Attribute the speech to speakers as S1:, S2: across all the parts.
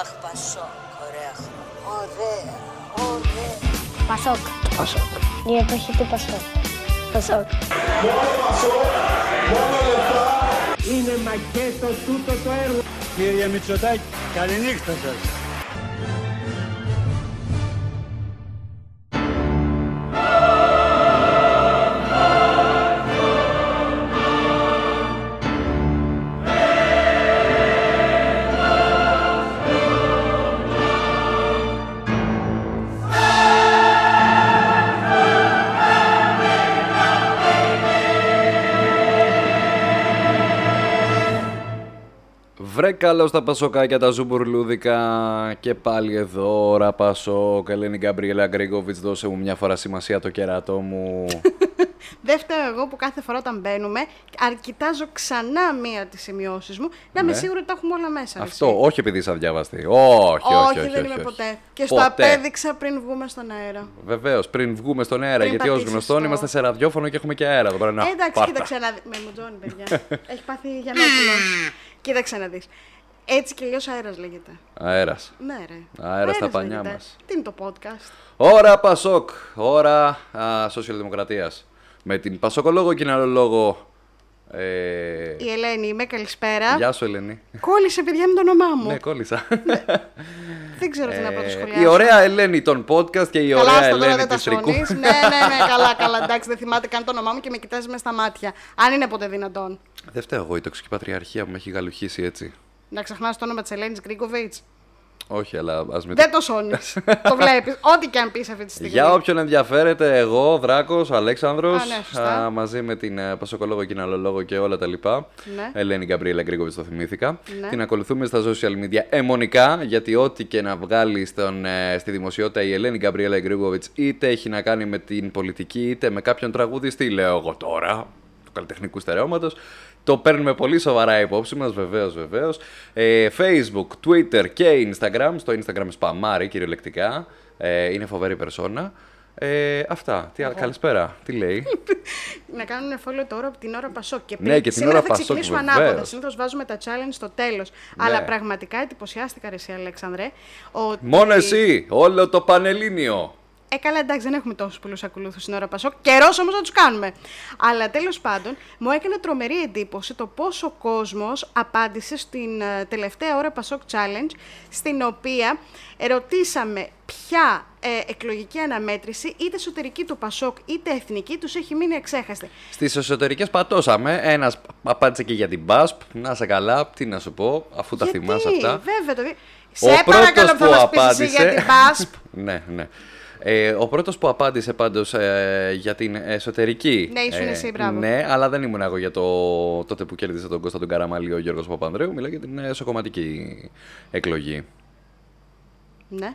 S1: Αχ, Πασόκ, ωραία χρόνια. Ωραία, ωραία.
S2: Πασόκ.
S3: Πασόκ.
S2: Η εποχή του Πασόκ. Πασόκ.
S4: Είναι μακέτο τούτο το έργο. Κύριε Μητσοτάκη, καληνύχτα σας.
S3: Βρε καλώς τα πασοκάκια, τα ζουμπουρλούδικα και πάλι εδώ, ρα πασόκ, Ελένη Γκαμπριέλα Γκρίγκοβιτς, δώσε μου μια φορά σημασία το κερατό μου.
S5: Δεν φταίω εγώ που κάθε φορά όταν μπαίνουμε, αρκιτάζω ξανά μία τις σημειώσεις μου, να είμαι
S3: Ναι.
S5: σίγουρη ότι τα έχουμε όλα μέσα. ρε,
S3: Αυτό,
S5: εσύ.
S3: όχι επειδή είσαι αδιαβαστή. Όχι, όχι, όχι.
S5: δεν είμαι
S3: όχι.
S5: ποτέ. Και στο
S3: Ποτέ.
S5: απέδειξα πριν βγούμε στον αέρα.
S3: Βεβαίως, πριν βγούμε στον αέρα,
S5: Πριν
S3: γιατί ως
S5: πατήσεις
S3: γνωστόν
S5: το-
S3: είμαστε σε ραδιόφωνο και έχουμε και αέρα εδώ πέρα. Να,
S5: Ε, Εντάξει,
S3: πάρτα.
S5: κοίταξε να δει. Με μουτζώνει, παιδιά. Έχει πάθει για να Κοίταξε να δεις. Έτσι και αλλιώς αέρας λέγεται.
S3: Αέρας.
S5: Ναι, ρε.
S3: Αέρας στα
S5: Αέρας
S3: πανιά
S5: λέγεται.
S3: μας.
S5: Τι είναι το podcast.
S3: Ώρα Πασόκ, ώρα α, σοσιαλδημοκρατίας. Με την Πασοκολόγο και λόγο. Ε,
S5: Η Ελένη είμαι, καλησπέρα.
S3: Γεια σου, Ελένη.
S5: Κόλλησε, παιδιά, με το όνομά μου.
S3: Ναι, κόλλησα.
S5: Δεν ξέρω τι να
S3: Ε,
S5: πρωτοσχολιάσω.
S3: η ωραία Ελένη των podcast και η ωραία
S5: άστο, τώρα
S3: Ελένη
S5: δεν τα
S3: της Ρικού.
S5: σώνεις. ναι, ναι, ναι, καλά, καλά. Εντάξει, δεν θυμάται καν το όνομά μου και με κοιτάζει με στα μάτια. Αν είναι ποτέ δυνατόν.
S3: Δεν φταίω εγώ, η τοξική πατριαρχία που με έχει γαλουχίσει έτσι.
S5: Να ξεχνάς το όνομα της Ελένης Γκρίγκοβιτ.
S3: Όχι, αλλά ας μην
S5: Δεν το σώνεις. το βλέπεις. Ό,τι και αν πεις αυτή τη στιγμή.
S3: Για όποιον ενδιαφέρεται, εγώ, Δράκος, Αλέξανδρος,
S5: Α, ναι, σωστά.
S3: μαζί με την ε, Πασοκολόγο, Κοιναλολόγο και όλα τα λοιπά.
S5: Ναι.
S3: Ελένη Γκαμπρίελα Γκρίγκοβιτ, το θυμήθηκα.
S5: Ναι.
S3: Την ακολουθούμε στα social media αιμονικά, γιατί ό,τι και να βγάλει στον, ε, στη δημοσιότητα η Ελένη Γκαμπρίελα Γκρίγκοβιτ, είτε έχει να κάνει με την πολιτική, είτε με κάποιον τραγουδιστή, λέω εγώ τώρα, του καλλιτεχνικού στερεώματος. Το παίρνουμε πολύ σοβαρά υπόψη μας, βεβαίως, βεβαίως. Ε, Facebook, Twitter και Instagram. Στο Instagram σπαμάρι κυριολεκτικά. Ε, είναι φοβερή περσόνα. Ε, αυτά. Τι, άλλα- Καλησπέρα. Τι λέει.
S5: Να κάνουν follow τώρα από την ώρα Πασόκ. Και
S3: Ναι, και την
S5: σήμερα
S3: ώρα
S5: θα
S3: Πασόκ,
S5: ξεκινήσουμε
S3: βεβαίως. Ναι.
S5: ανάποδα. Συνήθως βάζουμε τα challenge στο τέλος. Αλλά πραγματικά εντυπωσιάστηκα, ρε, εσύ, Αλέξανδρε. Ότι...
S3: Μόνο εσύ, όλο το πανελλήνιο.
S5: Ε, καλά, εντάξει, δεν έχουμε τόσους πολλούς ακολούθους στην ώρα Πασόκ. Καιρός όμως να τους κάνουμε. Αλλά τέλος πάντων, μου έκανε τρομερή εντύπωση το πόσο κόσμος απάντησε στην ε, τελευταία ώρα Πασόκ Challenge, στην οποία ερωτήσαμε ποια ε, εκλογική αναμέτρηση, είτε εσωτερική του Πασόκ είτε εθνική, τους έχει μείνει εξέχαστη.
S3: Στις εσωτερικές πατώσαμε. Ένας απάντησε και για την BASP. Να σε καλά, τι να σου πω, αφού τα
S5: Γιατί,
S3: θυμάσαι αυτά.
S5: Βέβαια, το δι-
S3: Ο
S5: Σε
S3: πρώτος
S5: παρακαλώ που θα
S3: που
S5: μας πεις εσύ
S3: απάντησε-
S5: για την ΠΑΣΠ.
S3: ναι, ναι. Ε, ο πρώτος που απάντησε πάντως ε, για την εσωτερική.
S5: Ναι, ήσουν
S3: ε,
S5: εσύ, μπράβο.
S3: Ναι, αλλά δεν ήμουν εγώ για το τότε που κέρδισε τον Κώστα τον Καραμαλή ο Γιώργος Παπανδρέου. Μιλάει για την ε, εσωκομματική εκλογή.
S5: ναι.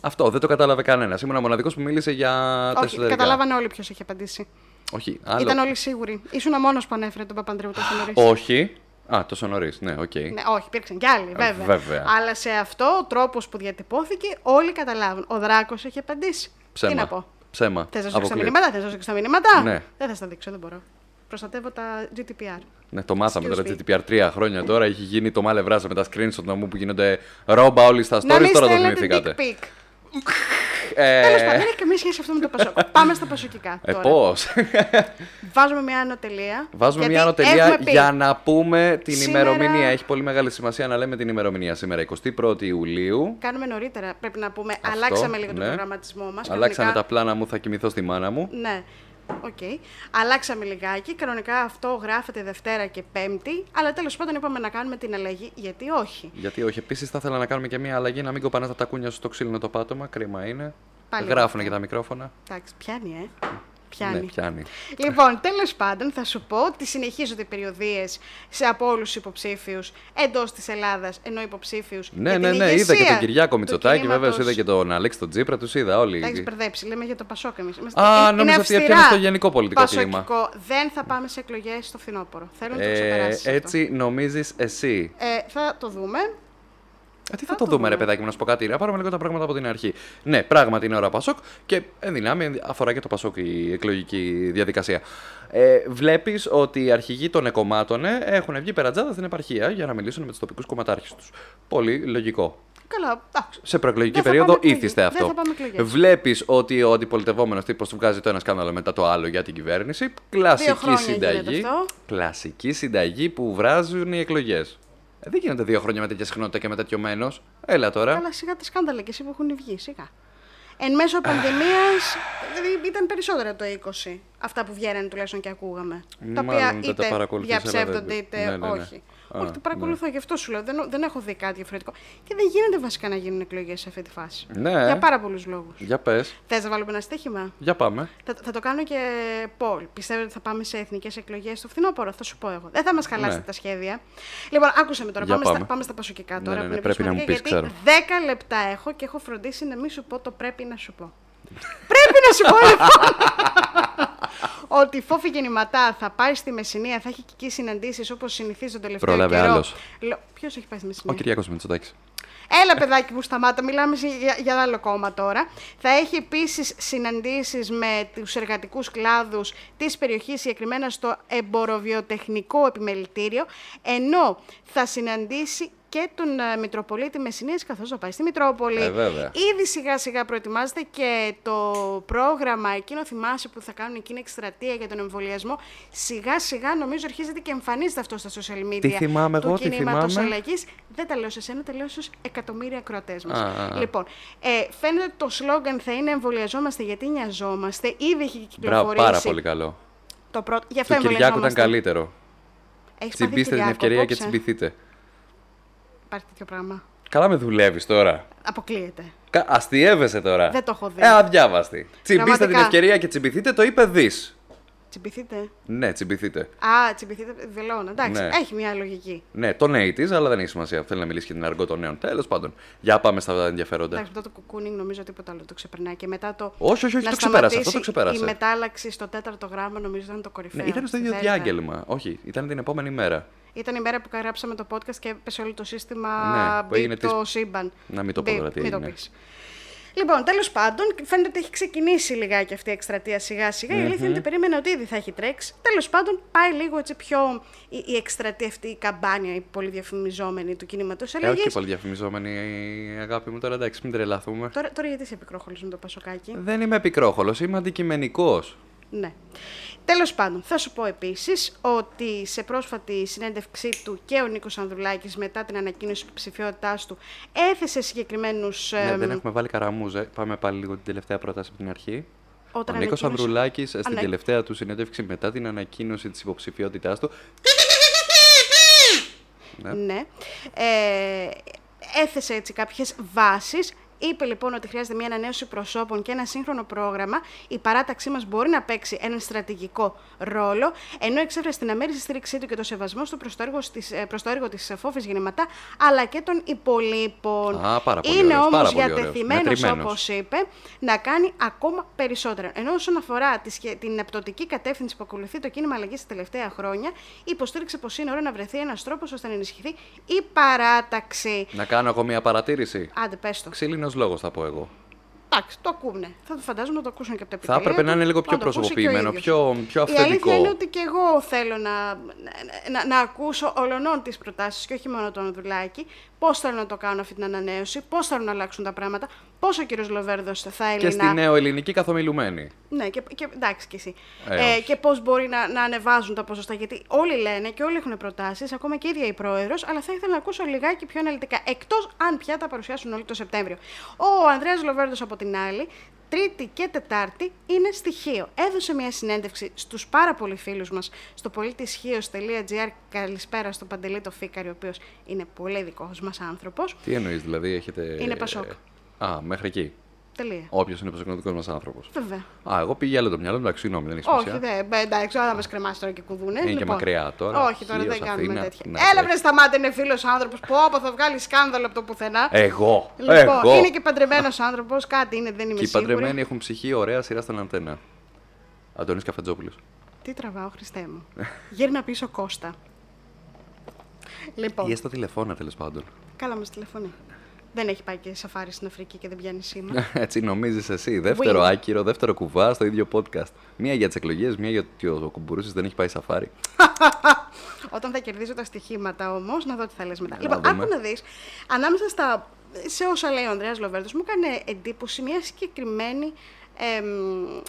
S3: Αυτό δεν το κατάλαβε κανένας. Ήμουν ο μοναδικός που μίλησε για τα
S5: Όχι,
S3: εσωτερικά.
S5: καταλάβανε όλοι ποιος έχει απαντήσει.
S3: Όχι, άλλο.
S5: Ήταν όλοι σίγουροι. Ήσουν μόνος που ανέφερε τον Παπανδρέου τόσο νωρίς.
S3: Όχι. Α, τόσο νωρίς. Ναι, οκ.
S5: Ναι, όχι, υπήρξαν κι άλλοι, βέβαια.
S3: Ε, βέβαια.
S5: Αλλά σε αυτό ο τρόπος που διατυπώθηκε, όλοι καταλάβουν. Ο Δράκος έχει απαντήσει.
S3: Ψέμα.
S5: Τι να πω.
S3: Ψέμα.
S5: Θες να σου δείξω τα
S3: Αποκλείεται.
S5: μηνύματα, θες να σου δείξω τα μηνύματα.
S3: Ναι.
S5: Δεν θα στα δείξω, δεν μπορώ. Προστατεύω τα GDPR.
S3: Ναι, το μάθαμε
S5: Excuse
S3: τώρα.
S5: me.
S3: GDPR τρία χρόνια τώρα έχει γίνει το μάλευρά με τα screenshot να μου που γίνονται ρόμπα όλοι στα
S5: να
S3: stories.
S5: μην
S3: Τώρα το
S5: στέλνετε
S3: θυμηθήκατε.
S5: dick pic.
S3: Ε,
S5: Τέλος πάντων, δεν έχει καμία σχέση αυτό με το Πασόκ. Πάμε στα Πασοκικά.
S3: Ε,
S5: τώρα.
S3: πώς.
S5: Βάζουμε μια άνω τελεία.
S3: Βάζουμε
S5: ναι. γιατί
S3: μια
S5: έχουμε
S3: ανωτελεία
S5: πει
S3: για να πούμε την
S5: Σήμερα-
S3: ημερομηνία. Έχει πολύ μεγάλη σημασία να λέμε την ημερομηνία σήμερα, 21η Ιουλίου.
S5: Κάνουμε νωρίτερα, πρέπει να πούμε.
S3: Αυτό,
S5: Αλλάξαμε λίγο
S3: ναι.
S5: τον προγραμματισμό μας.
S3: Αλλάξανε τα πλάνα μου, θα κοιμηθώ στη μάνα μου.
S5: Ναι. Οκ. Αλλάξαμε λιγάκι. Κανονικά αυτό γράφεται Δευτέρα και Πέμπτη. Αλλά τέλος πάντων είπαμε να κάνουμε την αλλαγή. Γιατί όχι.
S3: Γιατί όχι, επίσης θα ήθελα να κάνουμε και μια αλλαγή να μην κοπανά τα τακούνια σου στο ξύλινο το πάτωμα. Κρίμα είναι.
S5: Πάλι
S3: Γράφουνε
S5: αυτό.
S3: και τα μικρόφωνα.
S5: Εντάξει, πιάνει, ε. Πιάνει.
S3: Ναι, πιάνει.
S5: Λοιπόν, τέλος πάντων, θα σου πω ότι συνεχίζονται οι περιοδίες σε από όλους τους υποψήφιους εντός της Ελλάδας, ενώ υποψήφιους.
S3: Ναι, ναι, ναι, είδα και τον Κυριάκο Μητσοτάκη, βέβαια, είδα και τον Αλέξη τον Τζίπρα, τους είδα
S5: Τα έχεις
S3: όλοι. Ε,
S5: μπερδέψει. Λέμε για το Πασόκ εμείς.
S3: Α, νόμιζα ότι έπιανε στο γενικό πολιτικό κλίμα.
S5: Δεν θα πάμε σε εκλογές στο φθινόπωρο. Θέλω να το
S3: Ε,
S5: ξεπεράσει.
S3: έτσι νομίζεις εσύ.
S5: Ε, θα το δούμε.
S3: Ε, τι θα, το δούμε, ρε παιδάκι μου, να σου πω κάτι. Να πάρουμε λίγο τα πράγματα από την αρχή. Ναι, πράγματι είναι ώρα Πασόκ και εν δυνάμει αφορά και το Πασόκ η εκλογική διαδικασία. Ε, Βλέπεις ότι οι αρχηγοί των εκομμάτων ε, έχουν βγει περατζάδα στην επαρχία για να μιλήσουν με τους τοπικούς κομματάρχες τους. Πολύ λογικό.
S5: Καλά, εντάξει.
S3: Σε προεκλογική
S5: Δεν θα
S3: περίοδο
S5: πάμε εκλογές.
S3: ήθιστε
S5: Δεν
S3: αυτό.
S5: θα πάμε εκλογές.
S3: Βλέπεις ότι ο αντιπολιτευόμενος τύπος του βγάζει το ένα σκάνδαλο μετά το άλλο για την κυβέρνηση. Κλασική
S5: χρόνια
S3: συνταγή.
S5: γίνεται αυτό.
S3: Κλασική συνταγή που βράζουν οι εκλογές. Δεν γίνεται δύο χρόνια με τέτοια συχνότητα και μετατιωμένο. Έλα τώρα.
S5: Καλά, σιγά τα σκάνδαλα και εσύ που έχουν βγει, σιγά. Εν μέσω πανδημίας, δηλαδή ήταν περισσότερα το 20 αυτά που βγαίνανε τουλάχιστον και ακούγαμε. τα οποία
S3: Ναι, Μάλλον δεν τα
S5: είτε
S3: παρακολουθείς, αλλά δεν-
S5: διαψεύδονται είτε
S3: ναι, ναι, ναι.
S5: όχι.
S3: Α,
S5: όχι, το παρακολουθώ, γι' αυτό σου λέω. Δεν, δεν έχω δει κάτι διαφορετικό. Και δεν γίνεται βασικά να γίνουν εκλογές σε αυτή τη φάση.
S3: Ναι.
S5: Για πάρα πολλούς λόγους.
S3: Για πες.
S5: Θες να βάλουμε ένα στοίχημα.
S3: Για πάμε.
S5: Θα, θα το κάνω και Πολ. Πιστεύω ότι θα πάμε σε εθνικές εκλογές το φθινόπωρο. Θα σου πω εγώ. Δεν θα μας χαλάσετε
S3: Ναι.
S5: τα σχέδια. Λοιπόν, άκουσε με τώρα.
S3: Για
S5: Πάμε,
S3: πάμε.
S5: Στα, πάμε στα πασοκικά
S3: Ναι,
S5: τώρα.
S3: ναι,
S5: που
S3: ναι,
S5: είναι
S3: πρέπει να μου
S5: πιο σημαντικά,
S3: πεις,
S5: Γιατί 10 λεπτά έχω και έχω φροντίσει να μην σου πω το πρέπει να σου πω. πρέπει να σου πω, λοιπόν. ότι η Φόφη Γεννηματά θα πάει στη Μεσσηνία, θα έχει και εκεί συναντήσεις όπως συνηθίζει τον τελευταίο
S3: Πρόλαβε
S5: καιρό.
S3: άλλος.
S5: Ποιος έχει πάει στη
S3: Ο
S5: Μεσσηνία.
S3: Κυριάκο Μητσοτάκης.
S5: Έλα, παιδάκι μου, σταμάτα. Μιλάμε σε- για, για άλλο κόμμα τώρα. Θα έχει επίσης συναντήσεις με τους εργατικούς κλάδους της περιοχής, συγκεκριμένα στο εμποροβιοτεχνικό επιμελητήριο, ενώ θα συναντήσει και τον ε, Μητροπολίτη Μεσσηνίας καθώς θα πάει στη Μητρόπολη.
S3: Ε, βέβαια.
S5: Ήδη σιγά σιγά προετοιμάζεται και το πρόγραμμα εκείνο θυμάσαι που θα κάνουν εκείνη εκστρατεία για τον εμβολιασμό. Σιγά σιγά νομίζω αρχίζεται και εμφανίζεται αυτό στα social media.
S3: θυμάμαι
S5: του
S3: εγώ, τι
S5: κινήματος
S3: θυμάμαι.
S5: Κυριακής, δεν τα λέω σε σένα, τα λέω στους εκατομμύρια ακροατές μας.
S3: Α, α, α.
S5: Λοιπόν, ε, φαίνεται ότι το σλόγγαν θα είναι Εμβολιαζόμαστε γιατί νοιαζόμαστε. Ήδη έχει
S3: Μπράβο,
S5: κυκλοφορήσει.
S3: πάρα πολύ καλό.
S5: Το πρώτο. Γι' αυτό
S3: Του Κυριάκου
S5: εμβολιαζόμαστε.
S3: ήταν καλύτερο.
S5: Έχεις πάθει
S3: Τσιμπήστε την
S5: Κυριάκο
S3: ευκαιρία και
S5: απόψε.
S3: τσιμπηθείτε.
S5: Υπάρχει τέτοιο πράγμα.
S3: Καλά με δουλεύεις τώρα.
S5: Αποκλείεται.
S3: Κα- Αστειεύεσαι τώρα.
S5: Δεν το έχω δει.
S3: Ε, αδιάβαστη. Τσιμπήστε την
S5: Πραγματικά.
S3: ευκαιρία και τσιμπηθείτε, το είπε δει.
S5: Τσιμπηθείτε.
S3: Ναι, τσιμπηθείτε.
S5: Α, τσιμπηθείτε. Βελόνα. Εντάξει,
S3: Ναι.
S5: έχει μια λογική.
S3: Ναι, το ναι τη, αλλά δεν έχει σημασία. Θέλει να μιλήσει για την αργό των νέων. Τέλος πάντων. Για πάμε στα ενδιαφέροντα.
S5: Εντάξει, μετά το κουκούνινγκ νομίζω τίποτα άλλο το ξεπερνάει. Και μετά το.
S3: Ναι. Όχι, όχι, όχι,
S5: να
S3: το ξεπέρασε, αυτό το
S5: σταματήσει
S3: ξεπέρασε.
S5: Η μετάλλαξη στο τέταρτο γράμμα νομίζω ήταν το κορυφαίο.
S3: ναι, ήταν στο
S5: στη
S3: ίδιο
S5: Δέλτα.
S3: διάγγελμα. Όχι, ήταν την επόμενη μέρα.
S5: Ήταν η μέρα που γράψαμε το podcast και έπεσε όλο το σύστημα
S3: Ναι, που
S5: μπει
S3: έγινε
S5: το
S3: της-
S5: σύμπαν.
S3: Να μην το πω
S5: Μπει,
S3: τώρα τι
S5: μην το
S3: έγινε.
S5: πεις. Λοιπόν, τέλος πάντων, φαίνεται ότι έχει ξεκινήσει λιγάκι αυτή η εκστρατεία σιγά-σιγά. Η αλήθεια είναι ότι περίμενα ότι ήδη θα έχει τρέξει. Τέλος πάντων, πάει λίγο έτσι πιο η, η εκστρατεία αυτή, η καμπάνια, η πολυδιαφημιζόμενη του κινήματος
S3: Ε, όχι
S5: αλλαγή.
S3: και πολύ διαφημιζόμενη η αγάπη μου τώρα, εντάξει, μην τρελαθούμε.
S5: Τώρα, τώρα γιατί σε πικρόχολο με το Πασοκάκι.
S3: Δεν είμαι πικρόχολο, είμαι αντικειμενικός.
S5: Ναι. Τέλος πάντων, θα σου πω επίσης ότι σε πρόσφατη συνέντευξή του και ο Νίκος Ανδρουλάκης μετά την ανακοίνωση υποψηφιότητάς του έθεσε συγκεκριμένους.
S3: Ναι, δεν έχουμε βάλει καραμούζε. Πάμε πάλι λίγο την τελευταία πρόταση από την αρχή.
S5: Όταν
S3: ο Νίκος
S5: ανακοίνωσε- ναι.
S3: Ανδρουλάκης στην
S5: Ανα-
S3: τελευταία του συνέντευξη μετά την ανακοίνωση της υποψηφιότητάς του.
S5: Ναι. Ε, έθεσε έτσι κάποιες βάσεις. Είπε λοιπόν ότι χρειάζεται μια ανανέωση προσώπων και ένα σύγχρονο πρόγραμμα. Η παράταξή μας μπορεί να παίξει έναν στρατηγικό ρόλο, ενώ εξέφρασε την αμέριστη στήριξή του και το σεβασμό του προ το έργο, της, ε, προς το έργο της Φόφης Γεννηματά, αλλά και των υπολείπων.
S3: Α, πάρα πολύ
S5: Είναι
S3: ωραίος, πάρα
S5: όμω
S3: πολύ ωραίος.
S5: διατεθειμένος,
S3: Μετρημένος.
S5: όπως είπε, να κάνει ακόμα περισσότερα. Ενώ όσον αφορά τη σχε- την απτοτική κατεύθυνση που ακολουθεί το κίνημα αλλαγής τα τελευταία χρόνια, υποστήριξε πως είναι ώρα να βρεθεί ένας τρόπος ώστε να ενισχυθεί η παράταξη.
S3: Να κάνω εγώ μια παρατήρηση.
S5: Άντε, πες το.
S3: Ξύλινο λόγος θα πω εγώ.
S5: Εντάξει, το ακούνε. Θα το φαντάζομαι να το ακούσουν και από τα
S3: Θα
S5: επιτελεία.
S3: έπρεπε να
S5: του,
S3: είναι λίγο πιο
S5: το ακούσει και ο
S3: προσωποποιημένο,
S5: ίδιος.
S3: πιο- πιο
S5: Η αλήθεια
S3: αυθεντικό.
S5: είναι ότι και εγώ θέλω να, να, να, να ακούσω ολονών τις προτάσεις και όχι μόνο τον Δουλάκη. Πώς θέλω να το κάνω αυτή την ανανέωση, πώς θέλω να αλλάξουν τα πράγματα, πώς ο κύριος Λοβέρδος θα έλεγε
S3: Και στη νεοελληνική καθομιλουμένη.
S5: Ναι, και, και εντάξει κι εσύ.
S3: Ε,
S5: Ε,
S3: όχι.
S5: και πώς μπορεί να, να ανεβάζουν τα ποσοστά. Γιατί όλοι λένε και όλοι έχουν προτάσεις, ακόμα και η ίδια η πρόεδρος, αλλά θα ήθελα να ακούσω λιγάκι πιο αναλυτικά. Εκτός αν πια τα παρουσιάσουν όλοι το Σεπτέμβριο. Ο Ανδρέας Λοβέρντο από την άλλη, Τρίτη και Τετάρτη είναι στοιχείο. Έδωσε μια συνέντευξη στους πάρα πολλοί φίλους μας στο πολιτισχείο.gr. Καλησπέρα στον Παντελή το Φίκαρη, ο οποίος είναι πολύ δικός μας άνθρωπος.
S3: Τι εννοείς, δηλαδή, έχετε.
S5: Είναι Πασόκ.
S3: Α, μέχρι εκεί.
S5: Τελεία.
S3: Όποιος είναι προσωπικό μας άνθρωπος.
S5: Βέβαια.
S3: Α, εγώ πήγε άλλο το μυαλό μου, εντάξει, συγγνώμη, δεν έχει σημασία.
S5: Όχι, δεν. μπε, Εντάξει, όλα μα κρεμάσει τώρα και κουδούνες. Λοιπόν,
S3: Είναι και μακριά τώρα,
S5: Όχι, τώρα
S3: Χίος,
S5: δεν κάνουμε
S3: Αθήνα.
S5: τέτοια.
S3: Να,
S5: Έλα,
S3: τρέχει.
S5: βρε, σταμάτε, είναι φίλος άνθρωπος. Πω, πω, θα βγάλει σκάνδαλο από το πουθενά.
S3: Εγώ.
S5: Λοιπόν,
S3: Ε, εγώ.
S5: είναι και παντρεμένος άνθρωπος, κάτι είναι, δεν είμαι
S3: Και οι
S5: σίγουρη.
S3: παντρεμένοι έχουν ψυχή ωραία σειρά στον αντένα. Αντωνή Καφετζόπουλος.
S5: Τι τραβάω, Χριστέ μου. Γύρνα πίσω Κώστα. Λοιπόν,
S3: Ή έστω τηλεφώνα τέλος πάντων.
S5: καλά μας τηλεφωνεί. Δεν έχει πάει και σαφάρι στην Αφρική και δεν πιάνει σήμα.
S3: Έτσι νομίζεις εσύ. Δεύτερο
S5: Win.
S3: άκυρο, δεύτερο κουβά στο ίδιο podcast. Μία για τις εκλογές, μία για ότι ο κουμπουρούσης δεν έχει πάει σαφάρι.
S5: Όταν θα κερδίζω τα στοιχήματα όμως, να δω τι θα λες μετά.
S3: Να
S5: λοιπόν,
S3: δούμε.
S5: άκου να δεις. Ανάμεσα στα σε όσα λέει ο Ανδρέας Λοβέρδος μου έκανε εντύπωση μια συγκεκριμένη εμ,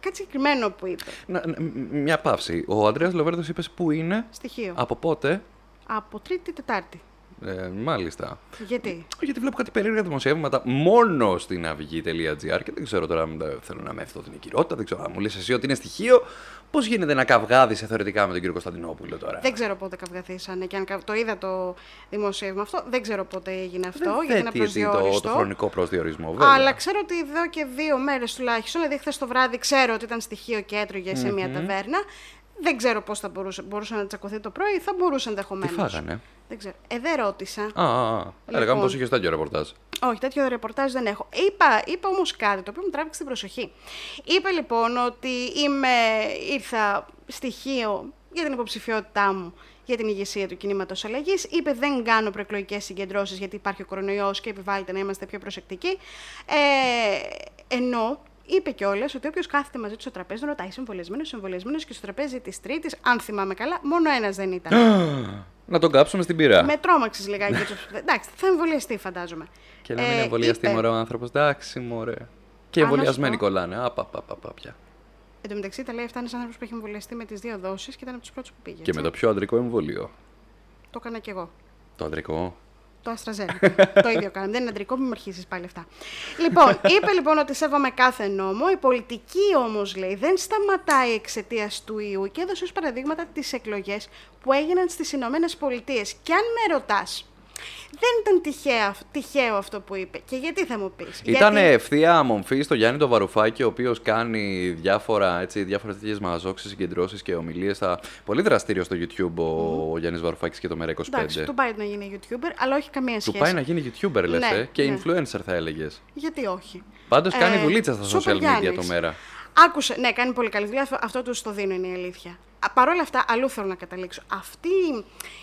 S5: κάτι συγκεκριμένο που είπε.
S3: Να- να- μ- μια παύση. Ο Αντρέα Λοβέρδος είπες πού είναι.
S5: Στοιχείο.
S3: Από πότε.
S5: Από Τρίτη Τετάρτη.
S3: Ε, μάλιστα.
S5: Γιατί.
S3: Γιατί βλέπω κάτι περίεργα δημοσιεύματα μόνο στην αυγή.gr και δεν ξέρω τώρα αν τα- θέλω να με ευθώ την οικειρότητα. Δεν ξέρω αν μου λες εσύ ότι είναι στοιχείο. Πώς γίνεται να καυγάδισε θεωρητικά με τον κύριο Κωνσταντινόπουλο τώρα.
S5: Δεν ξέρω πότε καυγαθήσανε και αν κα- το είδα το δημοσίευμα αυτό. Δεν ξέρω πότε έγινε αυτό.
S3: Δεν
S5: γιατί είναι
S3: θέτει έτσι το, το
S5: προσδιοριστό.
S3: χρονικό προσδιορισμό, βέβαια.
S5: Αλλά ξέρω ότι εδώ και δύο μέρες τουλάχιστον, δηλαδή χθες το βράδυ, ξέρω ότι ήταν στοιχείο και έτρωγε σε μια ταβέρνα. Δεν ξέρω πώς θα μπορούσε, μπορούσε να τσακωθεί το πρωί, θα μπορούσε ενδεχομένως.
S3: Τι φάγανε?
S5: Δεν ξέρω. Ε, δεν ρώτησα.
S3: Α, α, α. Έλεγα
S5: Λοιπόν.
S3: μου πω είχες τέτοιο ρεπορτάζ.
S5: Όχι, τέτοιο ρεπορτάζ δεν έχω. Είπα, είπα όμως κάτι το οποίο μου τράβηξε την προσοχή. Είπε λοιπόν ότι είμαι, ήρθα στοιχείο για την υποψηφιότητά μου για την ηγεσία του κινήματος αλλαγής. Είπε: Δεν κάνω προεκλογικές συγκεντρώσεις γιατί υπάρχει ο κορονοϊός και επιβάλλεται να είμαστε πιο προσεκτικοί. Ε, ενώ είπε κιόλας ότι όποιος κάθεται μαζί του στο τραπέζι τον ρωτάει συμβολισμένος, συμβολισμένος και στο τραπέζι της Τρίτης, αν θυμάμαι καλά, μόνο ένας δεν ήταν.
S3: Να τον κάψουμε στην πυρά.
S5: Με τρόμαξες λιγάκι. έτσι, Εντάξει, θα εμβολιαστεί, φαντάζομαι.
S3: Και να
S5: Ε,
S3: μην εμβολιαστεί
S5: είπε-
S3: μωρέ ο άνθρωπος. Εντάξει, μωρέ. Και
S5: Α, να
S3: εμβολιασμένοι
S5: σου πω.
S3: κολλάνε. Α, πα, πα, πα, πα, πια.
S5: Εν τω μεταξύ τα λέει αυτά ένας άνθρωπος που έχει εμβολιαστεί με τις δύο δόσεις και ήταν από τους πρώτους που πήγε.
S3: Και
S5: έτσι.
S3: με το πιο αντρικό εμβολίο.
S5: Το έκανα κι εγώ.
S3: Το αντρικό.
S5: Το Αστραζέκα. το ίδιο κάναμε. Δεν είναι αντρικό, μην με αρχίσεις πάλι αυτά. Λοιπόν, είπε λοιπόν ότι σέβομαι κάθε νόμο. Η πολιτική όμως λέει δεν σταματάει εξαιτίας του ιού και έδωσε ως παραδείγματα τις εκλογές που έγιναν στις Ηνωμένες Πολιτείες. Και αν με ρωτάς, δεν ήταν τυχαία, τυχαίο αυτό που είπε. Και γιατί θα μου πεις.
S3: Ήταν ευθεία μομφή στο Γιάννη το Βαρουφάκη, ο οποίος κάνει διάφορα, έτσι, διάφορες τέτοιες μαζόξεις, συγκεντρώσεις και ομιλίες. Στα... Πολύ δραστήριο στο YouTube ο, ο Γιάννης Βαρουφάκης και το Μέρα 25.
S5: Εντάξει, του πάει να γίνει YouTuber, αλλά όχι καμία
S3: Του
S5: σχέση.
S3: πάει να γίνει YouTuber, λες,
S5: Ναι,
S3: ε, και
S5: ναι.
S3: influencer θα έλεγες.
S5: Γιατί όχι.
S3: Πάντως κάνει
S5: Ε,
S3: δουλίτσα στα
S5: super
S3: social media
S5: Γιάννης.
S3: το Μέρα.
S5: Άκουσε, ναι, κάνει πολύ καλή δουλειά. αυτό- Αυτό του το δίνω είναι η αλήθεια. Α, Παρ' όλα αυτά, αλλού θέλω να καταλήξω. Αυτή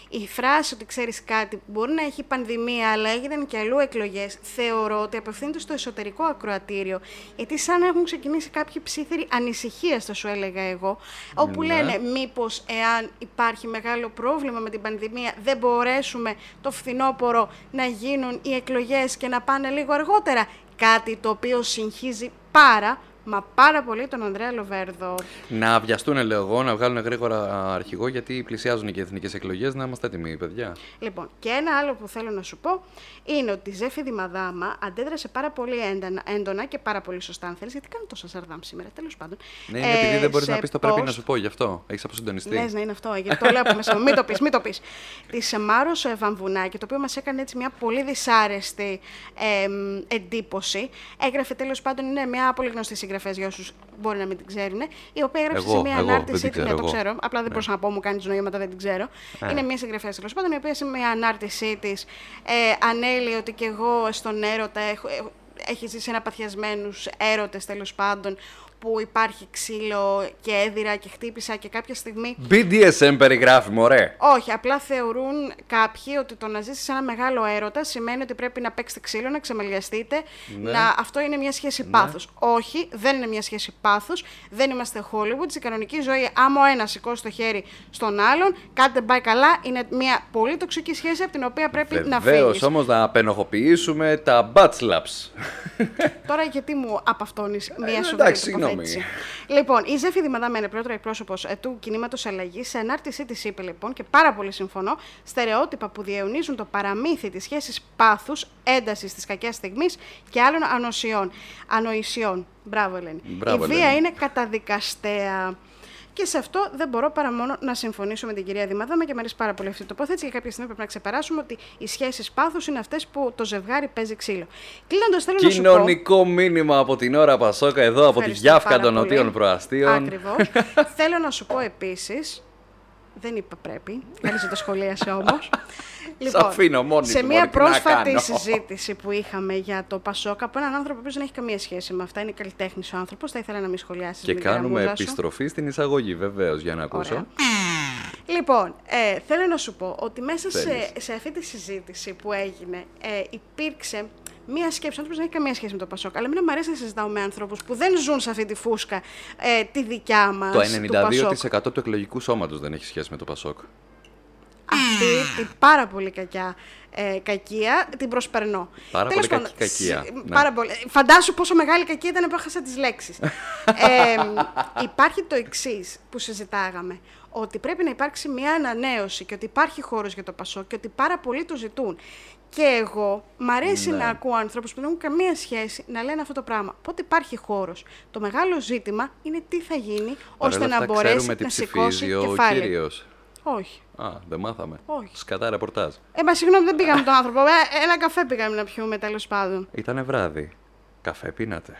S5: η φράση ότι ξέρεις κάτι που μπορεί να έχει πανδημία, αλλά έγιναν και αλλού εκλογές, θεωρώ ότι απευθύνεται στο εσωτερικό ακροατήριο. Γιατί σαν να έχουν ξεκινήσει κάποιοι ψήθυροι ανησυχία, θα σου έλεγα εγώ, όπου
S3: Ναι.
S5: λένε μήπως εάν υπάρχει μεγάλο πρόβλημα με την πανδημία, δεν μπορέσουμε το φθινόπωρο να γίνουν οι εκλογές και να πάνε λίγο αργότερα. Κάτι το οποίο συγχύζει πάρα, μα πάρα πολύ τον Ανδρέα Λοβέρδο.
S3: Να βιαστούν, λέω εγώ, να βγάλουν γρήγορα αρχηγό, γιατί πλησιάζουν και οι εθνικές εκλογές. Να είμαστε έτοιμοι, παιδιά.
S5: Λοιπόν, και ένα άλλο που θέλω να σου πω είναι ότι η Ζέφη Δημαδάμα αντέδρασε πάρα πολύ έντονα, έντονα και πάρα πολύ σωστά, αν θέλεις, γιατί κάνω τόσα σαρδάμ σήμερα, τέλος πάντων.
S3: Ναι,
S5: Ε,
S3: είναι επειδή δεν
S5: μπορείς
S3: μπορεί να πεις το πρέπει να σου πω γι' αυτό. Έχεις αποσυντονιστεί.
S5: Λες να ναι, είναι αυτό, γιατί το λέω από μέσα μου. Μην το πεις, μην το πεις. Της Μάρος ε, Βαμβουνάκη, το οποίο μας έκανε έτσι μια πολύ δυσάρεστη εμ, εντύπωση. Έγραφε τέλος πάντων, είναι μια πολύ γνωστή συγγραφέα για όσους μπορεί να μην την ξέρουν, η οποία έγραψε
S3: Εγώ,
S5: σε μια
S3: εγώ,
S5: ανάρτηση.
S3: δεν την
S5: ναι,
S3: ξέρω
S5: το
S3: εγώ.
S5: ξέρω, απλά δεν
S3: Ναι.
S5: μπορούσα να πω, μου κάνει νοήματα, δεν την ξέρω.
S3: Ε.
S5: Είναι μια συγγραφέας τέλος πάντων, η οποία σε μια ανάρτησή της ε, ανέλυε ότι κι εγώ στον έρωτα έχω. έχω- έχει ζήσει αναπαθιασμένους έρωτες τέλος πάντων που υπάρχει ξύλο και έδιρα και χτύπησα και κάποια στιγμή
S3: BDSM περιγράφει, μωρέ.
S5: όχι, απλά θεωρούν κάποιοι ότι το να ζήσει ένα μεγάλο έρωτα σημαίνει ότι πρέπει να παίξετε ξύλο, να ξεμελιαστείτε.
S3: Ναι.
S5: Να... Αυτό είναι μια σχέση πάθους. πάθους. Όχι, δεν είναι μια σχέση πάθους. Δεν είμαστε Hollywood. Στην κανονική ζωή, άμα ο ένας σηκώσει το χέρι στον άλλον, κάτι δεν πάει καλά. Είναι μια πολύ τοξική σχέση από την οποία πρέπει να
S3: Βεβαίως
S5: φύγεις.
S3: όμως να απενοχοποιήσουμε τα butt slaps.
S5: Τώρα γιατί μου απαυτώνεις μια
S3: Ε, εντάξει,
S5: σοβαρή
S3: συγγνώμη.
S5: τοποθέτηση. Λοιπόν, η Ζέφη Δημαδάμα είναι πρώτο εκπρόσωπος ε, του κινήματος αλλαγής. Σε ανάρτησή της είπε λοιπόν, και πάρα πολύ συμφωνώ, στερεότυπα που διαιωνίζουν το παραμύθι της σχέσης πάθους, έντασης της κακιάς στιγμής και άλλων ανοσιών. Ανοησιών. Μπράβο, Ελένη.
S3: Μπράβο,
S5: η βία
S3: Ελένη.
S5: είναι καταδικαστέα. Και σε αυτό δεν μπορώ παρά μόνο να συμφωνήσω με την κυρία Δημαδάμα και μου αρέσει πάρα πολύ αυτή η τοποθέτηση. Και κάποια στιγμή πρέπει να ξεπεράσουμε ότι οι σχέσεις πάθους είναι αυτές που το ζευγάρι παίζει ξύλο. Κλείνοντας, θέλω να σου πω.
S3: Κοινωνικό μήνυμα από την ώρα Πασόκα εδώ από τη
S5: Ευχαριστώ
S3: Γιάφκα
S5: πάρα
S3: των
S5: πολύ.
S3: Νοτίων Προαστίων.
S5: Ακριβώς. Θέλω να σου πω επίσης, δεν είπα πρέπει, κανείς δεν το σχολίασε όμως. Λοιπόν,
S3: αφήνω μόνη
S5: σε
S3: μου,
S5: μια
S3: Μωρή, τι να
S5: πρόσφατη
S3: κάνω.
S5: συζήτηση που είχαμε για το Πασόκα από έναν άνθρωπο που δεν έχει καμία σχέση με αυτά, είναι καλλιτέχνης ο άνθρωπος. Θα ήθελα να μην σχολιάσεις.
S3: Και κάνουμε επιστροφή στην εισαγωγή, βεβαίως, για να ακούσω.
S5: Ωραία. Λοιπόν, ε, θέλω να σου πω ότι μέσα
S3: Θέλεις.
S5: σε, σε αυτή τη συζήτηση που έγινε ε, υπήρξε μία σκέψη. Ο άνθρωπος δεν έχει καμία σχέση με το Πασόκ. Αλλά μην μου αρέσει να συζητάω με άνθρωπους που δεν ζουν σε αυτή τη φούσκα ε, τη δικιά μα.
S3: Το 92% του εκλογικού σώματος δεν έχει σχέση με το Πασόκ.
S5: αυτή την πάρα πολύ κακιά ε, κακία, την προσπερνώ.
S3: Πάρα
S5: Τέλος
S3: πολύ κακή
S5: σ-
S3: κακία, ναι.
S5: Πάρα πολύ. Φαντάσου πόσο μεγάλη κακία ήταν που έχασα τις λέξεις. ε, υπάρχει το εξής που συζητάγαμε, ότι πρέπει να υπάρξει μια ανανέωση και ότι υπάρχει χώρος για το Πασό και ότι πάρα πολλοί το ζητούν. Και εγώ, μ' αρέσει
S3: Ναι.
S5: να ακούω άνθρωπου που δεν έχουν καμία σχέση να λένε αυτό το πράγμα. Πότε υπάρχει χώρος. Το μεγάλο ζήτημα είναι τι θα γίνει
S3: Παρ' όλα
S5: ώστε να
S3: αυτά
S5: μπορέσει
S3: ξέρουμε τι
S5: να σηκώσει
S3: ψηφίζει ο
S5: κεφάλι.
S3: κύριος.
S5: Όχι.
S3: Α, δεν μάθαμε.
S5: Όχι.
S3: Σκατά ρεπορτάζ.
S5: Ε, μα συγγνώμη, δεν πήγαμε τον άνθρωπο. Ε, ένα καφέ πήγαμε να πιούμε τέλος πάντων.
S3: Ήτανε βράδυ. Καφέ πίνατε.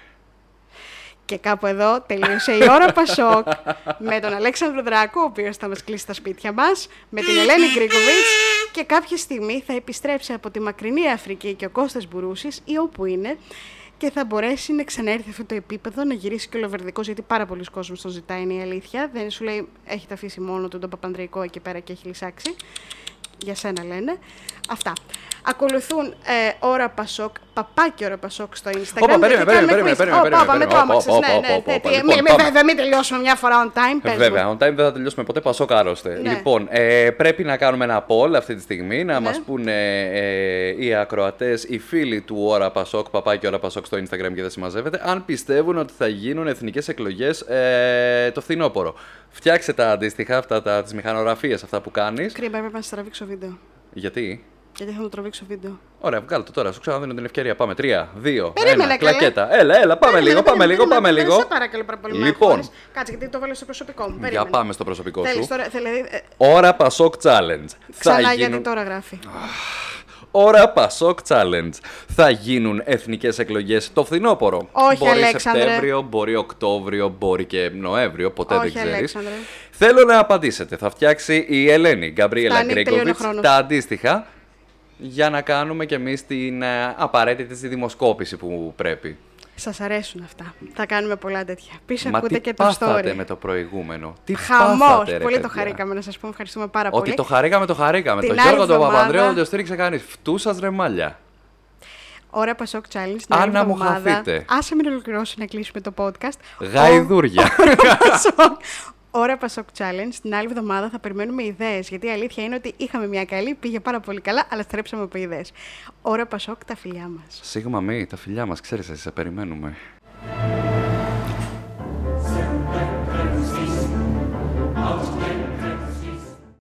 S5: Και κάπου εδώ τελείωσε η ώρα Πασόκ με τον Αλέξανδρο Δράκο, ο οποίος θα μας κλείσει τα σπίτια μας, με την Ελένη Γκρίγκοβιτ. Και κάποια στιγμή θα επιστρέψει από τη μακρινή Αφρική και ο Κώστας Μπουρούσης ή όπου είναι και θα μπορέσει να ξαναέρθει αυτό το επίπεδο, να γυρίσει και ο Λοβερδικός, γιατί πάρα πολλοί κόσμοι τον ζητάει, είναι η αλήθεια. Δεν σου λέει, έχετε αφήσει μόνο τον, τον Παπανδρεϊκό εκεί πέρα και έχει λυσάξει. Για σένα λένε. Αυτά. Ακολουθούν ε, ώρα Πασόκ, παπάκι ώρα Πασόκ στο Instagram.
S3: Όπα, περίμενε,
S5: γιατί κάνουμε
S3: περίμενε,
S5: quiz.
S3: περίμενε,
S5: Ω,
S3: περίμενε,
S5: πάπα, με
S3: περίμενε.
S5: τρόμαξες,
S3: Όπα,
S5: ναι,
S3: όπα,
S5: ναι,
S3: όπα,
S5: ναι,
S3: όπα,
S5: τι-
S3: λοιπόν,
S5: μη-
S3: πάμε.
S5: βέβαια, μην τελειώσουμε μια φορά on time, πες
S3: Ε, Βέβαια,
S5: μου.
S3: on time δεν θα τελειώσουμε ποτέ, πασόκαρωστε.
S5: Ναι.
S3: Λοιπόν, ε, πρέπει να κάνουμε ένα poll αυτή τη στιγμή, να
S5: Ναι.
S3: μας πούνε ε, οι ακροατές, οι φίλοι του Ωρα Πασόκ, παπάκι Ωρα Πασόκ στο Instagram και δεν συμμαζεύεται, αν πιστεύουν ότι θα γίνουν εθνικές εκλογές ε, το φθινόπωρο. Φτιάξε τα αντίστοιχα, αυτά, τα, τις μηχανογραφίες αυτά που κάνεις.
S5: Κρίμα, έπρεπε να σε τραβήξω βίντεο.
S3: Γιατί?
S5: Γιατί θα το τραβήξω βίντεο.
S3: Ωραία, βγάλω το τώρα. Σου ξαναδίνω την ευκαιρία. Πάμε. Τρία, δύο,
S5: Περίμενε,
S3: ένα,
S5: καλέ.
S3: κλακέτα. Έλα, έλα, πάμε
S5: Περίμενε,
S3: λίγο, πάμε
S5: περίμενε,
S3: λίγο, πάμε
S5: περίμενε,
S3: λίγο.
S5: ε, Σε παρακαλώ πάρα πολύ. με
S3: Λοιπόν,
S5: αγχώνεις. Κάτσε, γιατί το βάλω στο προσωπικό μου.
S3: για
S5: περίμενε.
S3: πάμε στο προσωπικό
S5: Θέλεις
S3: σου.
S5: τώρα, θέλει, ε,
S3: Ωρα Πασόκ Challenge.
S5: ξανά γιατί τώρα γράφει.
S3: Ωρα Πασόκ Challenge. Θα γίνουν εθνικές εκλογές το φθινόπωρο.
S5: Όχι,
S3: μπορεί
S5: Αλέξανδρε.
S3: Σεπτέμβριο, μπορεί Οκτώβριο, μπορεί και Νοέμβριο. Ποτέ
S5: Όχι,
S3: δεν ξέρεις.
S5: Αλέξανδρε.
S3: Θέλω να απαντήσετε. Θα φτιάξει η Ελένη Γκαμπριέλα
S5: Φτάνει, τελειώνει ο
S3: Γκρέκοβιτ
S5: χρόνος.
S3: τα αντίστοιχα για να κάνουμε κι εμείς την ε, απαραίτητη στη δημοσκόπηση που πρέπει.
S5: Σας αρέσουν αυτά. Θα κάνουμε πολλά τέτοια. Πίσω
S3: Μα
S5: ακούτε
S3: τι
S5: και το
S3: πάθατε
S5: story.
S3: με το προηγούμενο. Τι
S5: Χαμός.
S3: πάθατε, ρε,
S5: Πολύ το
S3: παιδιά.
S5: χαρήκαμε να σας πούμε. Ευχαριστούμε πάρα
S3: Ότι
S5: πολύ.
S3: το χαρήκαμε, το χαρήκαμε.
S5: Την
S3: το
S5: άλλη
S3: Γιώργο τον
S5: εβδομάδα-
S3: Παπανδρέο δεν το στήριξε κανείς. Φτούσας ρε μαλλιά.
S5: Ωραία Πασόκ Challenge. την
S3: Άννα
S5: άλλη
S3: μου
S5: εβδομάδα.
S3: χαθείτε.
S5: Άσε με να ολοκληρώσω να κλείσουμε το podcast.
S3: Γαϊδούρια.
S5: Πασόκ. Ώρα Πασόκ Challenge. Την άλλη εβδομάδα θα περιμένουμε ιδέες. Γιατί η αλήθεια είναι ότι είχαμε μια καλή, πήγε πάρα πολύ καλά, αλλά στρέψαμε από ιδέες. Ώρα Πασόκ, τα φιλιά μας.
S3: Σίγμα μη, τα φιλιά μας, ξέρεις, εσύ σε περιμένουμε.